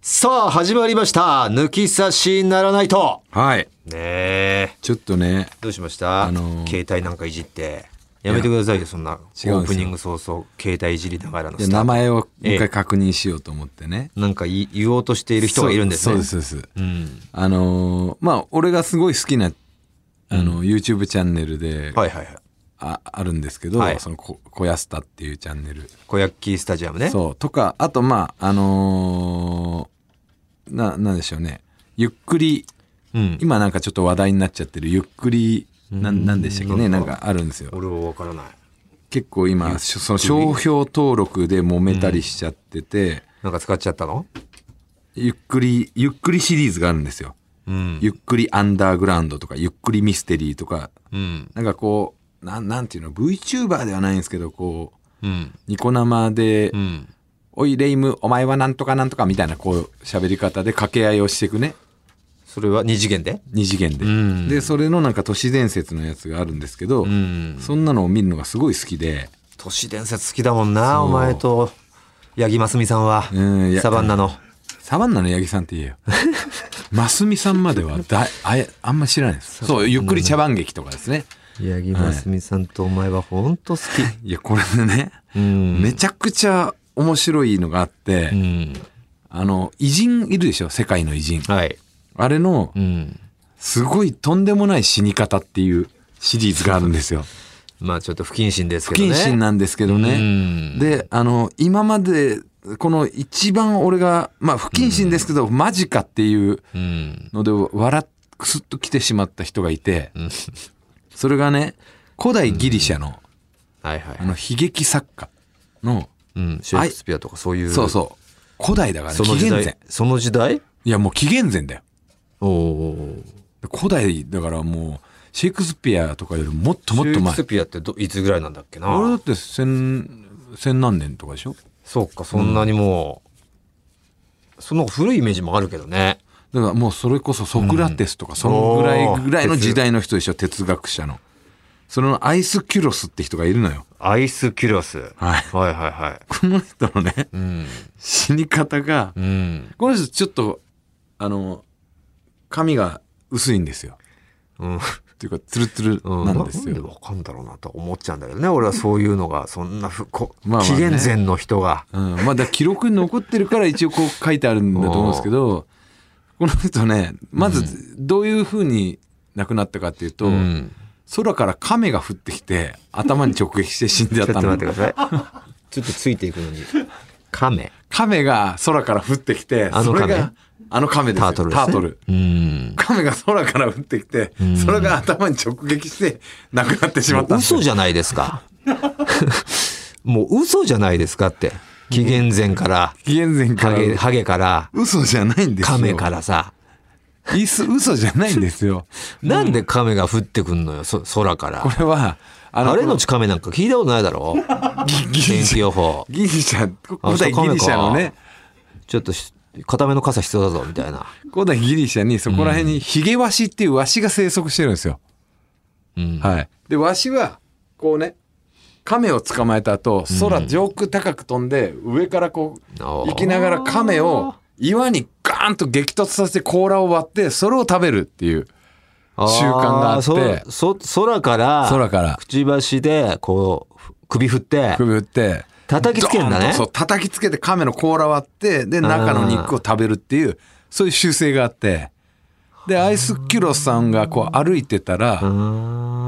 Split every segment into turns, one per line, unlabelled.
さあ、始まりました。抜き差しならないと。
はい。
ねえ。
ちょっとね、
どうしました、
あのー
携帯なんかいじって。やめてくださいよ、そんな。オ
違うんですよ
ープニング早々、携帯いじりながらの
で
スター
名
ト
前をもう
え
一
え
回確認しようと思ってね。
なんかい言おうとしている人がいるんですね。
そうそうです、そうです。
うん。
あのーまあ、俺がすごい好きな、あの、YouTube チャンネルで、
はいはいはい。
ああるんですけど、
はい
その、こ小安田っていうチャンネル。
小焼きスタジアムね。
そう。とか、あと、まあ、あのーな、なんでしょうね。ゆっくり、
うん。
今なんかちょっと話題になっちゃってる、ゆっくり、なんなんでしたっけね、
な
なんん
か
かあるんですよ。
俺はわからない。
結構今、しょその商標登録で揉めたりしちゃってて、
なんか使っちゃったの
ゆっくり、ゆっくりシリーズがあるんですよ。
うん。
ゆっくりアンダーグラウンドとか、ゆっくりミステリーとか、
うん。
なんかこう、なん、なんていうの、VTuber ではないんですけど、こう、
うん。
ニコ生で、
うん。
おい、レイム、お前はなんとかなんとかみたいな、こう、喋り方で掛け合いをしていくね。
それは二次元で
二次元で、
うん
で、それのなんか都市伝説のやつがあるんですけど、
うん。
そんなのを見るのがすごい好きで、
都市伝説好きだもんな、
そう
お前と、八木真澄さんは
うんい。や
サバンナの。
サバンナの八木さんっ て言えよ。マスミさんまではだあえあんま知らないです。そう、ゆっくり茶番劇とかですね。
八木真澄さんとお前はほんと好き。
いや、これでね、
うん。
めちゃくちゃ面白いのがあって、
うん。
あの、偉人いるでしょ世界の偉人。
はい。
あれの
う、ん。
すごいとんでもない死に方っていうシリーズがあるんですよ。
まあちょっと不謹慎です
不
けどね。
謹慎なんですけど
う
ね。
ん。
で、あの、今まで、この一番俺が、まあ不謹慎ですけど、マジかっていう
うん。
ので、笑っ、くすっと来てしまった人がいて、
うん。
それがね、古代ギリシャの、
はいはい
あ。の、悲劇作家の、
うん。シェイクスピアとかそういう。
そうそう、古代だからね、
その
紀
時
元
代
前。。
その時代
いや、もう紀元前だよ。
おお。
古代だからもう、シェイクスピアとかよりもっともっ
シ
と
ェイク
前
ス。ピアってどいつぐらいなんだっけ
俺だ
な
っ。て千、千何年とかでしょ
そうか、そんなにもう、その古いイメージもあるけどね。
だからもうそれこそソクラテスとか、そのぐらいぐらいの時代の人でしょ、哲学者の。そのアイスキュロスって人がいるのよ。
アイスキュロス。
はい
はいはいは
この人のね、
い。うん。
死に方が、
うん。
この人ちょっと、あの、髪が薄いんですよ。
うん。
っていうか、ツルツル
うん
なんです
な
よ。
んでわかんだろうなと思っちゃうんだけどね。俺はそういうのが、そんなふ、こ、
まあまあ
紀
ね
元前の人が。
うん、まあだから記録に残ってるから一応こう書いてあるんだと思うんですけど、この人ね、まずどういうふうに亡くなったかっていうと、
うん。
空から亀が降ってきて頭に直撃して死んじ
ち
ゃ
ょ
っ
っと
た
待っ
の
て。ください。ちょっとついていくのに。亀。
亀が空から降ってきて、
あの
そ
亀
れが、あの亀です
タ
よ
ートルです、
タ
ね。
ートル。
うん。
亀が空から降ってきて、それが頭に直撃して亡くなってしまったんですよ
嘘じゃないですか。 もう嘘じゃないですかって。紀元前から、
紀元前か
ハ
ら。
ゲ、ハゲから、
嘘じゃないんですよ。
亀からさ。
いす。嘘じゃないんですよ。
なんで亀が降ってくんのよ、そ空から。
これは、あ
晴れのち亀なんか聞いたことないだ ろ天気予報。
ギリシャ、古代
あそう
ギリシャの
亀
ね
か、ちょっとし固めの傘必要だぞ、みたいな。
古代ギリシャにそこら辺にヒゲワシっていうワシが生息してるんですよ。
うん。
はい。で、ワシは、こうね、亀を捕まえた後、空上空高く飛んで、上からこう、
あー
行きながら亀を岩にガーンと激突させて甲羅を割って、それを食べるっていう
あー
習慣があって
そ、そ、空から、
空から
くちばしで、こう、ふ首振って、
首打って、
叩きつけんだ
ドーン
ね
と。そう、叩きつけて亀の甲羅割って、で、中の肉を食べるっていう、そういう習性があって、で、アイスキュロスさんがこう歩いてた
あ
ら、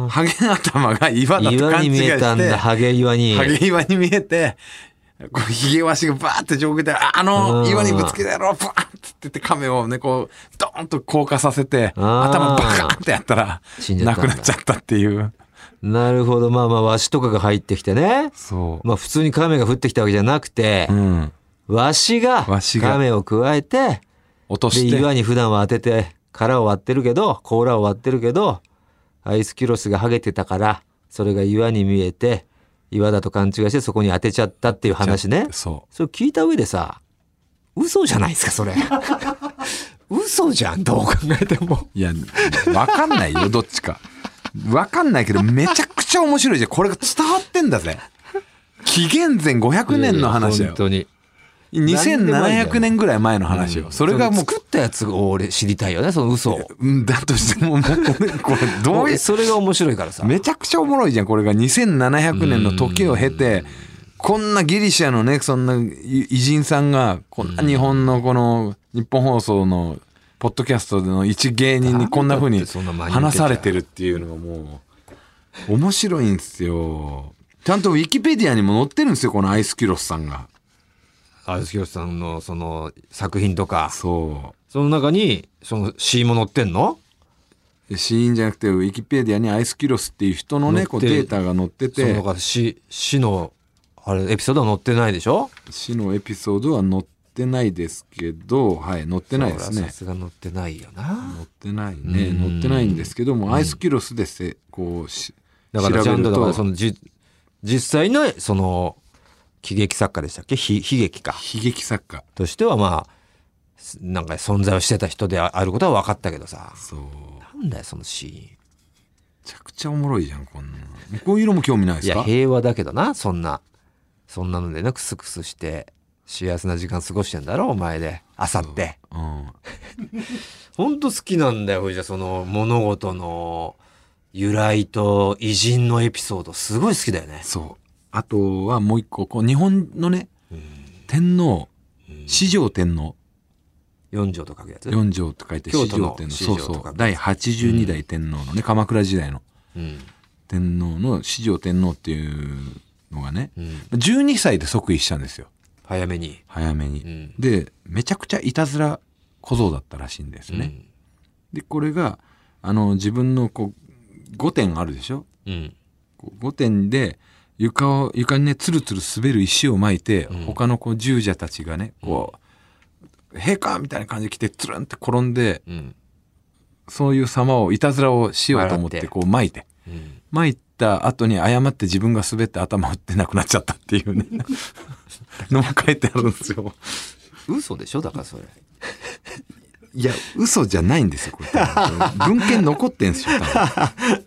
ハゲ頭が岩だ
ー
と
岩
勘
に
違い
見え
した
ん
て、
だ、
ハ
ハゲ岩に。
ゲ岩に見えて、こうヒゲワシがバーって上下で、ああ
う
の
ん
岩にぶつけたやろ、バーンって言って亀をね、こう、ドーンと降下させて、
うん
頭バカーンってやったら、
死んじゃったん
亡
だ
くなっちゃったっていう。
なるほど。まあまあ、ワシとかが入ってきてね。
そ
まあ、普通に亀が降ってきたわけじゃなくて
う。、うん。
ワシが、
ワシが
亀を加えて、
落と
で
して。
岩に普段は当てて殻を割ってるけど甲羅を割ってるけどアイスキュロスがハゲてたからそれが岩に見えて岩だと勘違いしてそこに当てちゃったっていう話ね
そ
それ聞いた上でさ嘘じゃないですか それ嘘じゃんどう考えても
う。いや、わかんないよ、 どっちか。わかんないけど、めちゃくちゃ面白いじゃん。これが伝わってんだぜ。紀元前500年の話だよ
本。当に
2700年ぐらい前の話よ。それがもう
作ったやつを俺知りたいよねその嘘を
うんだとしても、もうこれ、これどうい
俺
う、
それが面白いからさ
めちゃくちゃおもろいじゃん、これが2700年の時を経て、こんなギリシャのね、そんな偉人さんが、こんな日本のこの、日本放送の、ポッドキャストの一芸人にこんな風に
そんな真似
話されてるっていうのがもう、面白いんですよ。ちゃんとウィキペディアにも載ってるんですよ、このアイスキュロスさんが。
あずきよしさんのその作品とか
そう。
その中にその C も載ってんの
死因じゃなくてウィキペディアにアイスキュロスっていう人のねこう
載って
デ
る
ータが載って
その
て
中で死死のあれエピソードは載ってないでしょ
死のエピソードは載ってないですけどはい載ってないです
そりゃ
ね
さすが載ってないよな
載ってない
う
ね
ん
載ってないんですけどもアイスキュロスでせこうし
だからち
調
ゃ
べ
んと
る
だからそ
と
のじ実際のその喜劇作家でしたっけひ悲劇か
悲劇作家
としてはまあすなんか存在をしてた人でああることは分かったけどさ
そうめ
なんだよそのシーン
ちゃくちゃおもろいじゃんこんなのこういうのも興味ないで
い
す
や
か
平和だけどなそんなそんなのでなクスクスして幸せな時間過ごしてんだろお前であさって
うん
ほんと好きなんだよじゃその物事の由来と偉人のエピソードすごい好きだよね
そうあとはもう一個こう日本のね天皇四条天皇
四条と書くやつ、
四条って書いて
京
四
都
条
の
天皇
四
そ
条
う
とか
そう第82代天皇のね、鎌倉時代の
うん
天皇の四条天皇っていうのがね
うん、
12歳で即位したんですよ
早めに、
早めに、
うん
でめちゃくちゃいたずら小僧だったらしいんです
うん
ね、でこれがあの自分のこう5点あるでしょ
うん
5点で床を床にねつるつる滑る石を巻いて、
ん
他のこう従者たちがねこう「陛下!」みたいな感じで来てつるんって転んで
うん
そういう様をいたずらをしようと思っ
笑ってて
こう巻いて
うん、
巻いた後に誤って自分が滑って頭打ってなくなっちゃったっていうね のも書いてあるんですよ。
嘘でしょだからそれ
いや嘘じゃないんですよこれ多分文献残ってんですよ多分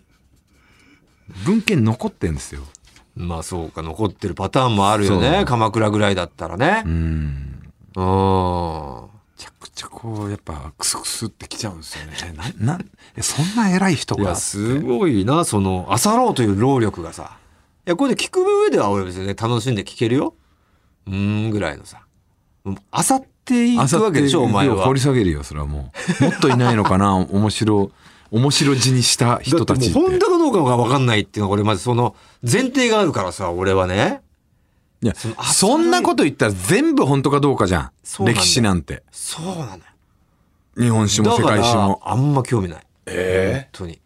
文献残ってんですよ。
まあそうか残ってるパターンもあるよね
そう
鎌倉ぐらいだったらね
うん
うん
めちゃくちゃこうやっぱクスクスってきちゃうんですよね。えななえそんな偉い人
いや
が
すごいなその漁ろうという労力がさいやこれで聞く上では俺別にね楽しんで聞けるようーんぐらいのさもう漁っていくわけでしょお前は
掘り下げるよそれはもうもっといないのかな面白面白地にした人た
だって
ちっ
もう本
て
当かどうかが分かんないっていうのが俺まずその前提があるからさ俺はね
いや
の
そんなこと言ったら全部本当かどうかじゃ
そ
ん
うなんだよ
歴史なんて
そうなのよ
日本史も
だ
世
か
界史
ら
も
あんま興味ない本
ええ
当に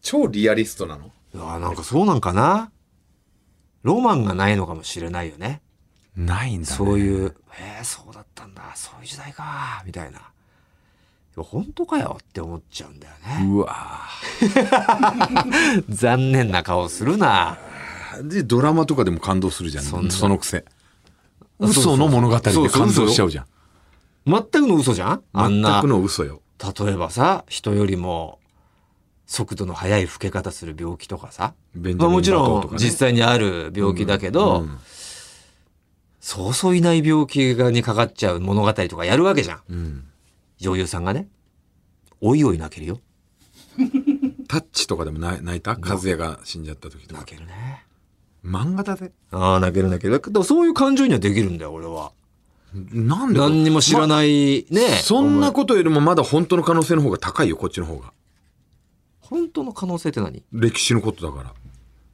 超リアリストなの
いやなんかそうなんかなロマンがないのかもしれないよね
ないんだ、ね、
そういう、えー、そうだったんだ、そういう時代か、みたいな。でも本当かよって思っちゃうんだよね。
うわ
残念な顔するな。
ーでドラマとかでも感動するじゃん
そ
そ
んな
のくせ
そうそうそう
嘘の物語で感動しちゃうじゃん
全くの嘘じゃんあんな
全く、の嘘よ
例えばさ、人よりも速度の速い老け方する病気とかさ。
ベンジ
まあ
ャミン
もち
バト
ろ
ンと
ん
かね
実際にある病気だけど、
うん
そうそういない病気がにかかっちゃう物語とかやるわけじゃん。
うん
女優さんがね。おいおい泣けるよ。
タッチとかでもない泣いた和也が死んじゃった時とか
泣けるね。
漫画だぜ
ああ、泣ける泣ける。だけどそういう感情にはできるんだよ、俺は。
なんで
何にも知ら
い、
ないね、
まそんなことよりもまだ本当の可能性の方が高いよこっちの方が
本当の可能性って何
歴史のことだから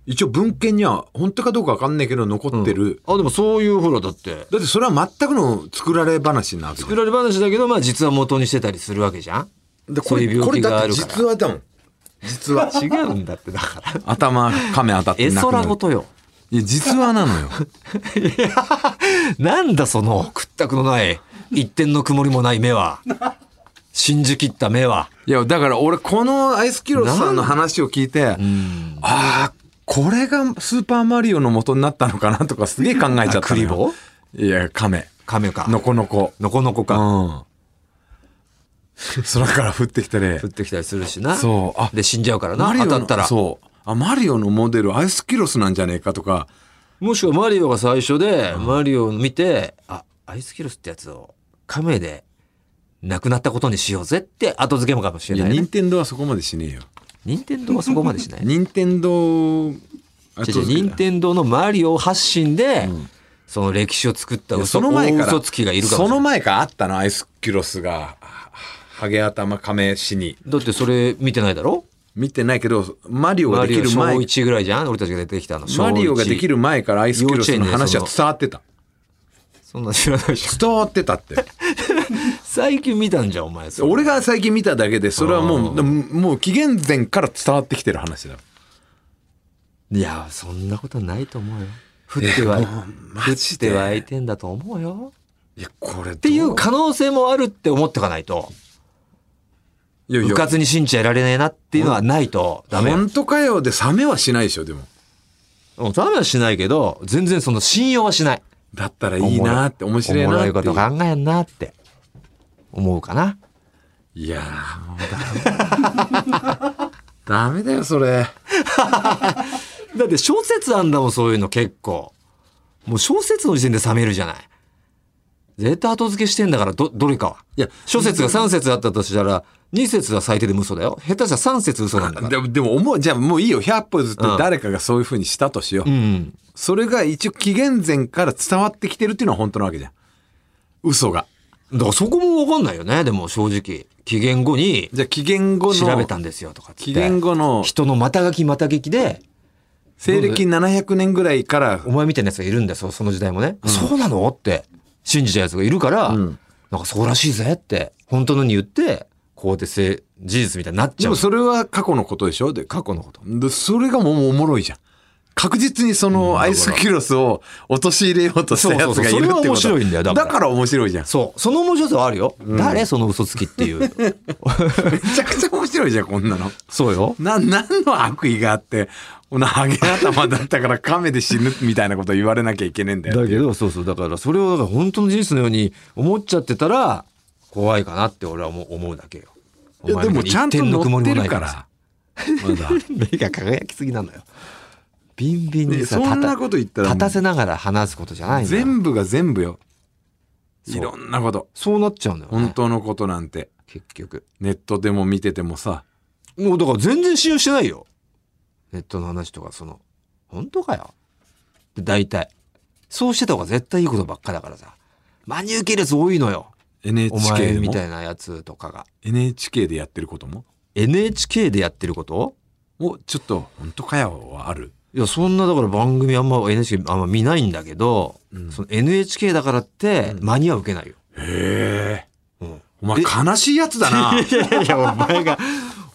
一応文献には本当かどうかわかんないけど残ってる、
あでもそういうほらだって
だってそれは全くの作られ話なわけじゃん
作られ話だけどまあ実は元にしてたりするわけじゃん
でこ
そう
れ
いう病気があるか
これだって実話だもん実話
ら違うんだってだから
頭亀当たって
絵
なくな
空
る
ごと よ
いや実話なのよ
なんだその屈託のない一点の曇りもない目は信じ切った目はい
やだから俺このアイスキロスさんの話を聞いて、
うん
ああこれがスーパーマリオの元になったのかなとかすげえ考えちゃったのよ
あクリボー
いや亀
亀か
のこのこ
のこのこ
う
か
ん 空から降ってきたね
降ってきたりするしな
そうあ
で死んじゃうからな当
の
たったら
そうあマリオのモデルアイスキロスなんじゃねえかとか
もしくはマリオが最初で、マリオを見て、あ、アイスキロスってやつを亀でなくなったことにしようぜって後付けもかもし
い
れ
や
ないね
任天堂はそこまでしねえよ
任天堂はそこまで しない
任天堂
違う
あ
違う任天堂のマリオ発信で、その歴史を作った
いや
嘘
その前か
大
ら
嘘つきがいるかもし
そ
れな
の
い
前からあったのアイスキロスがはハゲ頭亀死に
だってそれ見てないだろ
見てないけどマリオが
マ
で
リ
き
オ
る
小
前
1ぐらいじゃん俺たちが出てきたの小
マ
一
リオができる前からアイスキロスの話は伝わってた
そんな知らないでしょ
伝わってたって
最近見たんじゃんお前それ
俺が最近見ただけでそれはもうでももう紀元前から伝わってきてる話だ
いやそんなことないと思うよ降っては、
えもうマ
降
ジで
っては湧いてんだと思うよ
いやこれっ
っていう可能性もあるって思っておかないと
いやいう
か
や
ずに信じちゃいられねえなっていうのはないとダメよ
本当かよで冷めはしないでしょでも
うんダメはしないけど全然その信用はしない
だったらいいなって面白い
おも
な
ろ
っ
い
て
こ
い
と
う
考えんなって思うかない
やーもうダメ ダメだよそれ
だって小説あんだもんそういうの結構もう小説の時点で冷めるじゃない絶対後付けしてんだからどどれかはい
や
小説が3節あったとしたら2節は最低でも嘘だよ下手したら3節嘘なんだから
でもでも思うじゃあもういいよ100歩ずって
うん
誰かがそういうふうにしたとしよう、
うん
それが一応紀元前から伝わってきてるっていうのは本当なわけじゃん嘘が
だからそこも分かんないよねでも正直紀元後に
じゃあ紀元後の
調べたんですよとかっつって
紀元後の
人のまたがきまたげきで
西暦700年ぐらいから
お前みたいなやつがいるんだよそその時代もね、そうなのって信じたやつがいるから、
うん
なんかそうらしいぜって本当のに言ってこうやってせ事実みたいになっち
で
ゃう
もそれは過去のことでしょで
過去のこと
でそれがもうおもろいじゃん確実にそのアイスキロスを陥れようとしたやつ
そうそ
がいるってこと
うそうそれは面白いんだよだから
面白いじゃん
そうその面白さはあるよ、誰その嘘つきっていう
めちゃくちゃ面白いじゃんこんなの
そうよ
な何の悪意があってこのハゲ頭だったから亀で死ぬみたいなこと言われなきゃいけねえんだよ
だけどそうそうだからそれをだから本当の事実のように思っちゃってたら怖いかなって俺は思う思うだけよ
いやでもちゃんと乗ってるからまだ
目が輝きすぎなのよビンビンに
で
さ
そん
た
な
た
こと言ったら
立たせながら話すことじゃないんだよ
全部が全部よ
そう
いろんなこと
そうなっちゃうんだよ、ね、
本当のことなんて
結局
ネットでも見ててもさ
もうだから全然信用してないよネットの話とかその本当かよで大体そうしてた方が絶対いいことばっかだからさ真に受けるやつ多いのよお
NHK
前
で
み
も
たいなやつとかが
NHK でやってることも
NHK でやってること
もうちょっと本当かよはある
いやそんなだから番組あんま NHK あんま見ないんだけど、
うん
その NHK だからって間には受けないよ、
へえ
うん
お前悲しいやつだな
いやいやいやお前が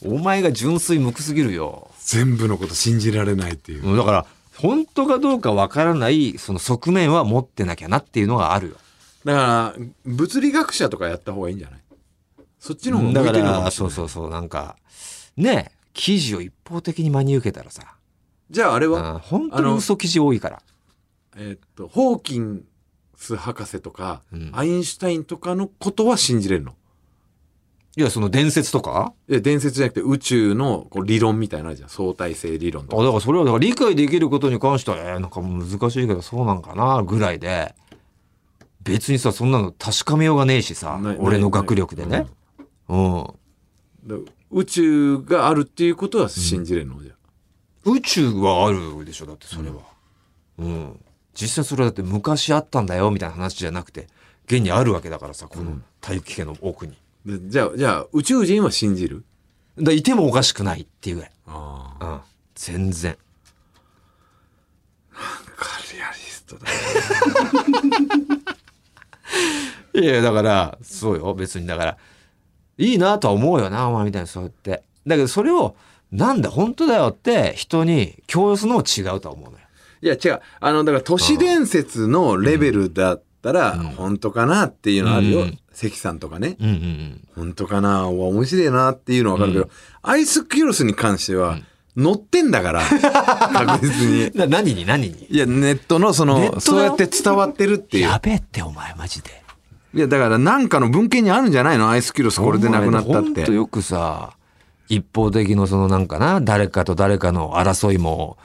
お前が純粋無垢すぎるよ
全部のこと信じられないっていう
うんだから本当かどうかわからないその側面は持ってなきゃなっていうのがあるよ
だから物理学者とかやった方がいいんじゃないそっちの方が
だ
向
か
いてるのからもしれ
そ
な
う
い
そうそうなんかねえ記事を一方的に真に受けたらさ、
じゃああれ
う
は、
ん、本当に嘘記事多いから
えーっとホーキンス博士とか、
うん
アインシュタインとかのことは信じれるの
いやその伝説とか
え伝説じゃなくて宇宙のこう理論みたいなのあるじゃん相対性理論
あ
とか
だからそれはだから理解できることに関してはえーなんか難しいけどそうなんかなぐらいで別にさそんなの確かめようがねえしさ
ない
俺の学力でね、うん、
だから宇宙があるっていうことは信じれるの、じゃあ
宇宙はあるでしょだってそれは、うん実際それはだって昔あったんだよみたいな話じゃなくて現にあるわけだからさこの大気圏の奥に、
でじゃあじゃあ宇宙人は信じる
だからいてもおかしくないっていうぐらい、
あ
うん、全然
あカリアリストだ
いやいやだからそうよ別にだからいいなとは思うよなお前みたいにそうやってだけどそれをなんだ本当だよって人に強要するのも違うとは思うのよ
いや違うあのだから都市伝説のレベルだったら本当かなっていうのあるよ、
うん
関さんとかね
うんうんうん
本当かなうわ面白いなっていうのは分かるけど、アイスキュロスに関しては乗ってんだから 確実に
な何に何に
いやネットのそ
ネットだ
の
よ
そうやって伝わってるっていう
やべえってお前マジで
いやだからなんかの文献にあるんじゃないのアイスキュロスこれでなくなったっ
ほん
て
とよくさ一方的のそのなんかな誰かと誰かの争いも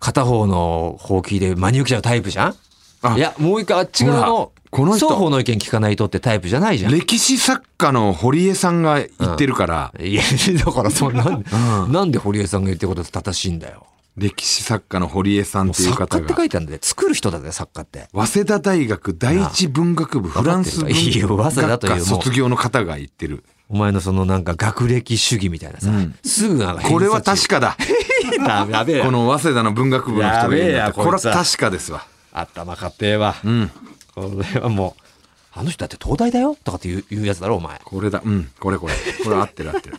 片方のほうきで真に受けちゃうタイプじゃん
あ
いやもう一回あっち側
ほ
の
らこの人
双方の意見聞かないとってタイプじゃないじゃん。
歴史作家の堀江さんが言ってるから、
いや、だからそんなん、 なんで堀江さんが言ってること正しいんだよ。
歴史作家の堀江さんっていう
作
方
家って
が
書いてあるんで、作る人だね、作家って。
早稲田大学第一文学部フランス
わかってる
文
わいいよ早稲田
学
という
科
もう
卒業の方が言ってる
お前のそのなんか学歴主義みたいなさ、
うん
すぐなんか
これは確
か
かだ
だやべえ
この早稲田の文学部の人が言う
やべえ
んだっ
や
た
こ
こ
い
れは
つは
確かですわ
頭かってえわ、
うん
これはもうあの人だって東大だよとかって言う言うやつだろお前、
これだうんこれこれこれ合ってる合ってる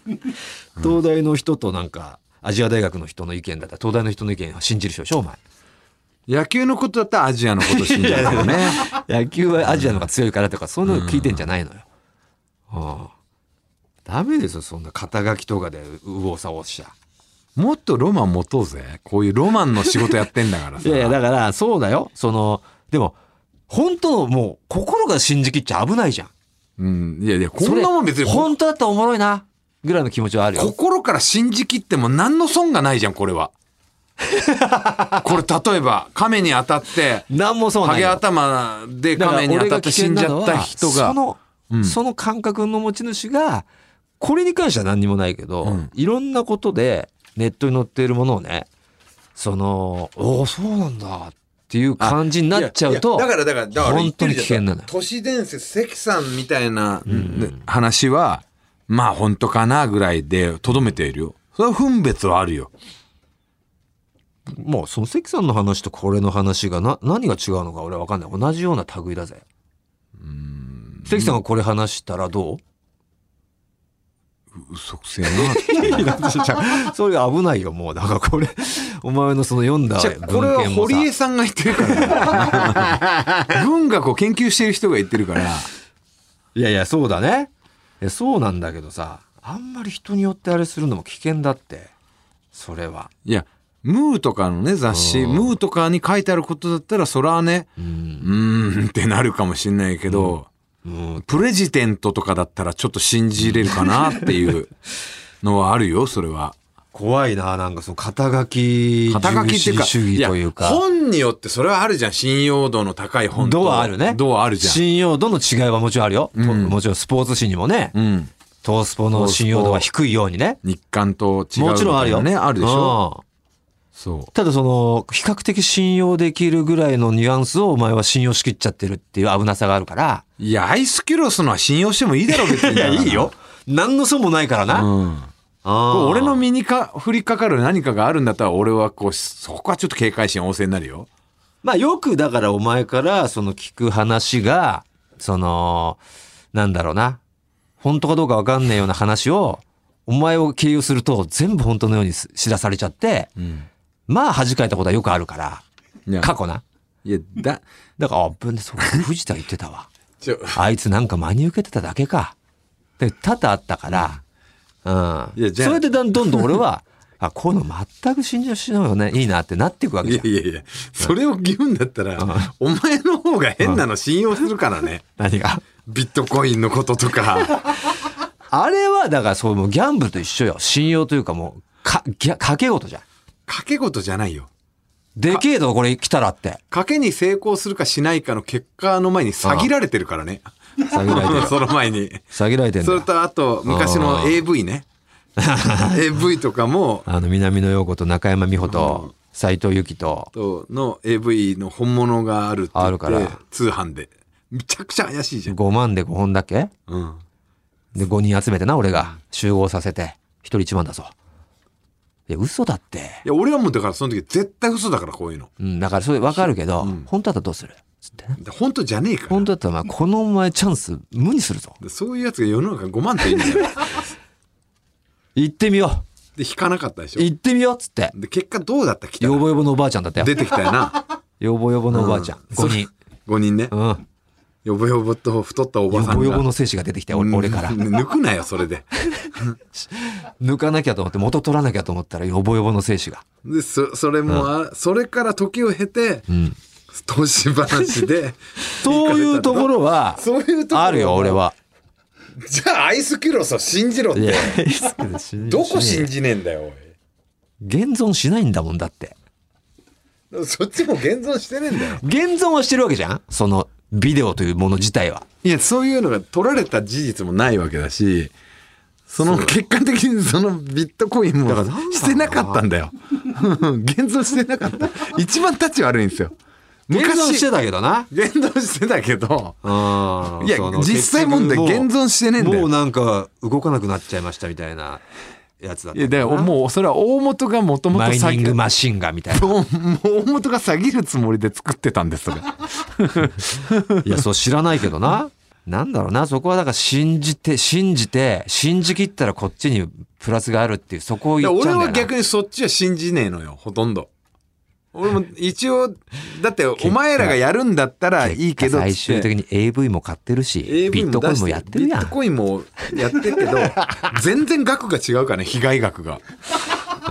東大の人となんかアジア大学の人の意見だったら東大の人の意見は信じる人でしょお前
野球のことだったらアジアのこと信じるよ ね
野球はアジアの方が強いからとか、そういうの聞いてんじゃないのよ。うんダメですよ、そんな肩書きとかで右往左往しちゃ。
もっとロマン持とうぜこういうロマンの仕事やってんだからさ
いやいや、だから、そうだよ。その、でも、本当もう、心が信じきっちゃ危ないじゃん。
うんいやいやこんなもん別
それ
に
本当だったらおもろいな、ぐらいの気持ちはあるよ。
心から信じきっても何の損がないじゃんこ れはこれ例えば亀に当たって
なんもそうな
ハ
い
ゲ
よ。
頭で亀に当たって死んじゃった人
そ
が
の、その感覚の持ち主が、これに関しては何にもないけど、
うん
いろんなことでネットに載っているものをね、その、おお、そうなんだっていう感じになっちゃうと、
いやいやだからだからだから
本当に危険なのよ。
都市伝説関さんみたいな話はまあ本当かなぐらいでとどめているよそれは分別はあるよ
もう、その関さんの話とこれの話がな、何が違うのか俺は分かんない。同じような類だぜ。関さんがこれ話したらどう
嘘くせえ
それ危ないよ、もう。だからこれ、お前のその読んだ
なじゃあこれ
文
は
献もさ
堀江さんが言ってるから 文学を研究している人が言ってるから
いやいや、そうだね。いやそうなんだけどさ、あんまり人によってあれするのも危険だって。それは。
いや、ムーとかのね、雑誌、ムーとかに書いてあることだったら、それはね、
う。
うんーんってなるかもしれないけど、
うん。
プレジデントとかだったらちょっと信じれるかなっていうのはあ るよ、それは。
怖いな、なんかその肩書き、
肩書きっていうか、
重視主義というか。
本によってそれはあるじゃん。信用度の高い本と。
度はあるね。
度はあるじゃん。
信用度の違いはもちろんあるよ。と
うん
もちろんスポーツ紙にもね、
うん。
トースポの信用度が低いようにね。
日韓と違う、
もちろんあるよ。
ね、あるでしょ。
うん
そ
ただその、比較的信用できるぐらいのニュアンスをお前は信用しきっちゃってるっていう危なさがあるから。
う。いや、アイスキュロスのは信用してもいいだろう、別に。
いや、いいよ。。何の損もないから
う
な。
ん。こう
俺
俺の
の、
身にか降りかかる何かがあるんだったら俺はこうそこはちょっと警戒心旺盛になるよ。
まあよくだからお前からその聞く話が、その、なんだろうな。本当かどうかわかんないような話を、お前を経由すると全部本当のようにす知らされちゃって、まあ恥かいたことはよくあるから。
いや
過去な。
いやだ
だから、あ、ぶんそうか、藤田言ってた わ。
ちょ
あいつなんか真に受けてただけか。で、多々あったから、うん。
いやじゃあ
それでだんどんどん俺は、あ、こういうの全く信じしないよね、いいなってなっていくわけ
い
じゃ
や
ん。
いやいやそれを言うんだったらお前の方が変なの信用するからね
何が。
ビットコインのこととか
あれは、だからそう、もうギャンブルと一緒よ。信用というかもう、か、ぎゃ、賭け事じゃん。
賭け事じゃないよ。
でけえとこれ来たら って。
賭けに成功するかしないかの結果の前に詐欺られてるからね。。
詐欺られてる
その前に。
詐欺られてんだ
それ
よ。
とあと昔
あ
の AV ね。AV とかも
あの、南野陽子と中山美穂と、斎藤由貴と、
との AV の本物があるって言って
あるから
通販でめちゃくちゃ怪しいじゃん、
5万で5本だっけ
うん、
で、5人集めてな、俺が。集合させて。1人1万だぞ。いや、嘘だって。
いや俺はもうだからその時絶対嘘だからこういうの
うん、だからそれ分かるけど、
うん
本当だったらどうするつってね。
で本当じゃねえから
本当だったら、まあ、このお前チャンス無にするぞ。
でそういうやつが世の中5万っていいんだよ
行ってみよ
で引かなかったでし
う
ょ
行ってみようっつって。
で結果どうだった来た
よ
ら
ぼよぼのおばあちゃんだったよ。
出てきた よな
よぼよぼのおばあちゃん。5人。
5人ね
うん。
よぼよぼと太ったおば
よ
さん
ぼ
が
よぼの精子が出てきて、俺俺から
うん。抜くなよそれで
抜かなきゃと思って、元取らなきゃと思ったら、よぼよぼの精子が。
でそそれもあ、それから時を経て
うん。
投資 話で
そういうところは、
そういうところ
あるよ、俺は。
じゃあアイスキュロスを信じろって
いや、いいっすけど信じ
どこ信じねえんだよ、
現存しないんだもんだって。
おい。そっちも現存してねえんだよ。
現存はしてるわけじゃんその、ビデオというもの自体は。
いや、そういうのが取られた事実もないわけだし、その結果的にそのビットコインも
だからなんなんだ
してなかったんだよ。 現存してなかった。一番立ち悪いんですよ。
現存して
昔、
たけどな。
現存してたけど、
うん
いや
その
実際問題
結局もう
現存してねえんだよ
もうなんか動かなくなっちゃいましたみたいなやつだった
いや、だから
う
もうそれは大元がもともと
マイニン
詐
グ
欺、
マシンガみたいな。
もう大元が詐欺るつもりで作ってたんですとか。
いや、そう知らないけどな。なんだろうな、そこはだから信じて、信じて、信じ切ったらこっちにプラスがあるっていう、そこを言っちゃ
俺
うんだよ
は
な。
逆にそっちは信じねえのよ、ほとんど。俺も一応、だってお前らがやるんだったらいいけどっつって
最終的に AV も買ってるし、ビ
AV
ットコ
も
イ
出
ン
して
もやってるや
ビット
ん。
コインもやってるけど 全然額が違うからね被害額が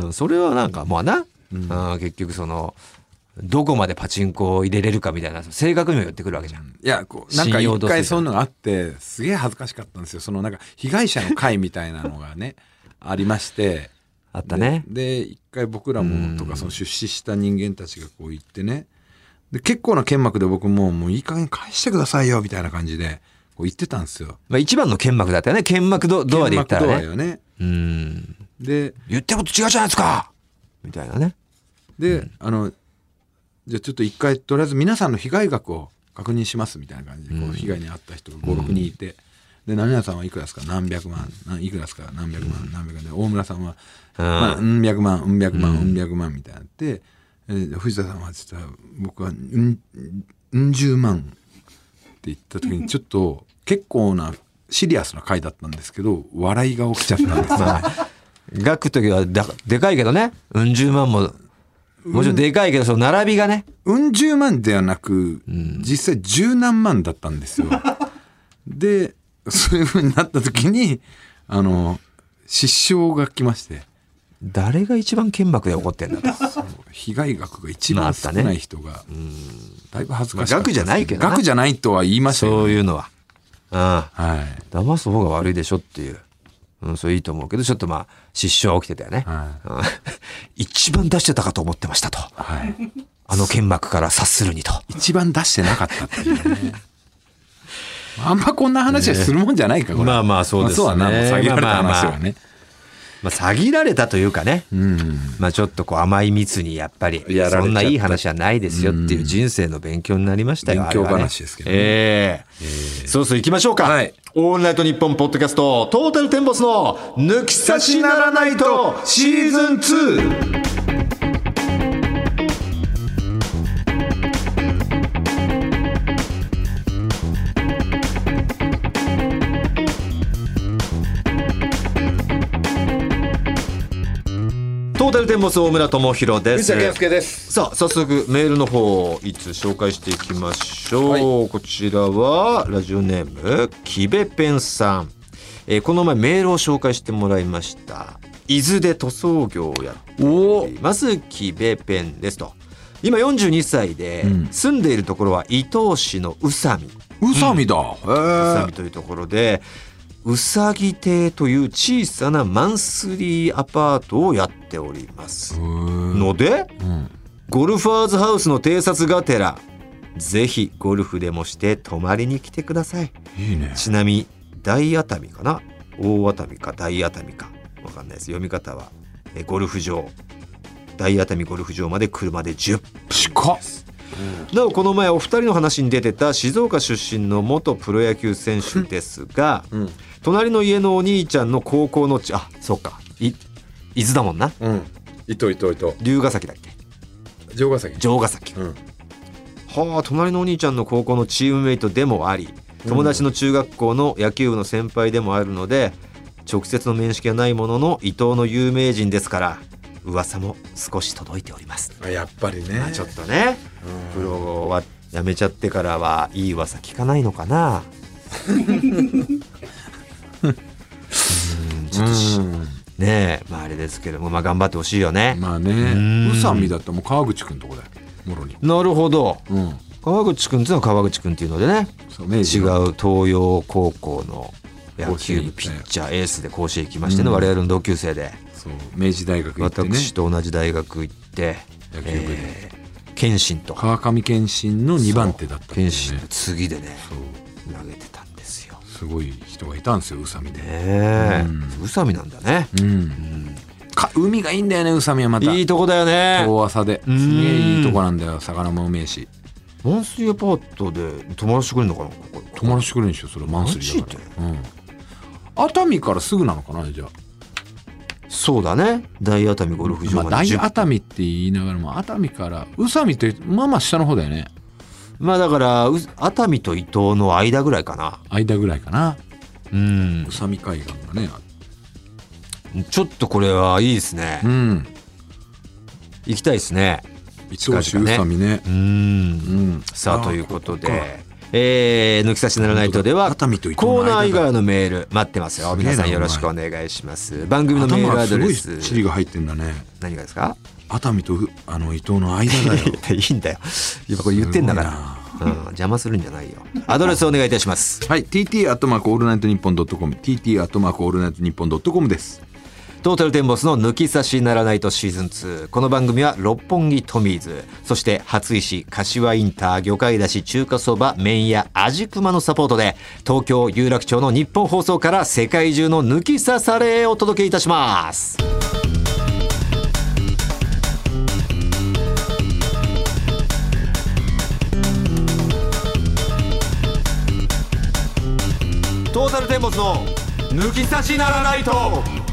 うんそれはなんか、まあな、うん結局その、どこまでパチンコを入れれるかみたいな、正確にも寄ってくるわけじゃん。
いやこうなんか
信用
一
度数
回そういうのがあってすげえ恥ずかしかったんですよそのなんか被害者の会みたいなのがねありまして
あったね。
でで一回僕らもとかその出資した人間たちがこう言ってねで結構な剣幕で僕ももういい加減返してくださいよみたいな感じでこう言ってたんですよ
まあ一番の剣幕だったよね。剣幕ドドアで言った
剣幕
ら
ド
ね。
アよね
うん。
で
言ってること違うじゃないですかみたいなね。
で、あのじゃあちょっと一回とりあえず皆さんの被害額を確認しますみたいな感じでこう被害に遭った人が56人いて、で何々さんはいくらですか何百万ないくらですか何百万何百万で大村さんは、まあ、うん百万うん百万うん百万みたいになって、えー藤田さんは実は僕はうんうん十万って言った時にちょっと結構なシリアスな回だったんですけど笑いが起きちゃったんですよね。
額ときはだでかいけどね。うん、十万も。もちろんでかいけど、その並びがね。
うん十万ではなく、実際十何万だったんです よ。で、そういう風になった時に、あの、失笑が来まして、
誰が一番剣幕で怒ってんだと。
被害額が一
まああ
番
った
少
ね
ない人が、だいぶ恥ずかしい、
額じゃないけどな
額じゃないとは言いましたよ
そういうのは。うん。
はい。
騙す方が悪いでしょっていう。うん、それいいと思うけど、ちょっとまあ、失笑は起きてたよね。
は
うん 一番出してたかと思ってましたと。
はい。
あの剣幕から察するにと。
一番出してなかったっていうね。 あんまこんな話はするもんじゃないか、これ。
まあまあそうですね
まあそうはな、もう下げられた話はね。
まあ、詐欺られたというかね。
うん。
まあちょっとこう甘い蜜にやっぱり
やられちゃった
そんないい話はないですよっていう人生の勉強になりましたよ。
勉強
あれはね
話ですけどね
ええそうそう行きましょうか。
はい
オールナイトニッポンポッドキャストトータルテンボスの抜き差しならないとシーズン
ズン 2!
トータルテンボス大村智弘です。
です。
さあ早速メールの方をいつ紹介していきましょう、こちらはラジオネームキベペンさん、えーこの前メールを紹介してもらいました伊豆で塗装業をやっておりますキベペンですと今42歳で、住んでいるところは伊東市の宇佐美宇
宇佐美だ。へ
佐美というところでうさぎ亭という小さなマンスリーアパートをやっております
え。
ので、ゴルファーズハウスの偵察がてらぜひゴルフでもして泊まりに来てください
いいね。
ちなみに大熱海かな大熱海か大熱海かわかんないです読み方はえゴルフ場大熱海ゴルフ場まで車で10分
近っ。
なおこの前お二人の話に出てた静岡出身の元プロ野球選手ですが、
ん
隣の家のお兄ちゃんの高校のちあそうかい伊豆だもんな
うん。糸糸糸。
龍ヶ崎だっけ
城ヶ崎。
城ヶ崎
うん。
はあ隣のお兄ちゃんの高校のチームメイトでもあり友達の中学校の野球部の先輩でもあるので直接の面識はないものの伊藤の有名人ですから噂も少し届いております、
あ、やっぱりね。
まあちょっとねプロは辞めちゃってからはいい噂聞かないのかなうんちょっとし
うん
ねえまああれですけどもまあ頑張ってほしいよね、
まあ
ん
ね。宇佐美だってもう川口くんとこだよ。もろに。
なるほど
うん。
川口くんっていうのは川口くんっていうのでね
そう、明
違
治の。
う東洋高校の野球部ピッチャーエースで甲子園行きましてね、我々の同級生で、
そう、明治大学行ってね。
私と同じ大学行って
野球部で
えー謙信と
川上謙信の2番手だったっていう
謙信
ね
の次でね
そう
投げてたんですよ
すごい人がいたんですよ宇佐美で、
ねえ宇佐美なんだね
うんか海がいいんだよね宇佐美はまた
いいとこだよね
遠浅で
ん
すげえいいとこなんだよ魚もうめえし
マンスリーアパートで泊まらせてくれるのかなここ
泊まらせてくれるんでしょそれマンスリーだから、うん、熱海からすぐなのかなじゃあ
そうだね大熱海ゴルフ場
まあ、
まで
大
10
熱海って言いながらも熱海から宇佐美ってまあまあ下の方だよね
まあだからう熱海と伊東の間ぐらいかな
間ぐらいかな
うん
宇佐美海岸がね
ちょっとこれはいいですね
うん
行きたいですね
一押し宇佐美ね
うん
うん
さ
あ
あ
ー
ということで
こっか
えー抜き差しならないとでは
熱海と伊東の
コー
間だ
ナー以外のメール待ってますよ
すげえな
皆さんよろしくお願いします番組のメールアドレ
頭がす
ス
ごい地理が入ってんだね
何がですか
熱海とあの伊東の間だよ
いいんだよ今これ言ってんだからうん、邪魔するんじゃないよアドレスお願いいたします
はい、TT アットマークオールナイトニッポンドットコム、TT アットマークオールナイトニッポンドットコムです。
トータルテンボスの抜き差しならないとシーズン2。この番組は六本木トミーズ、そして初石、柏インター、魚介だし、中華そば、麺屋、味熊のサポートで、東京有楽町の日本放送から世界中の抜き差されをお届けいたします。トータルテンボスの抜き差しならないと。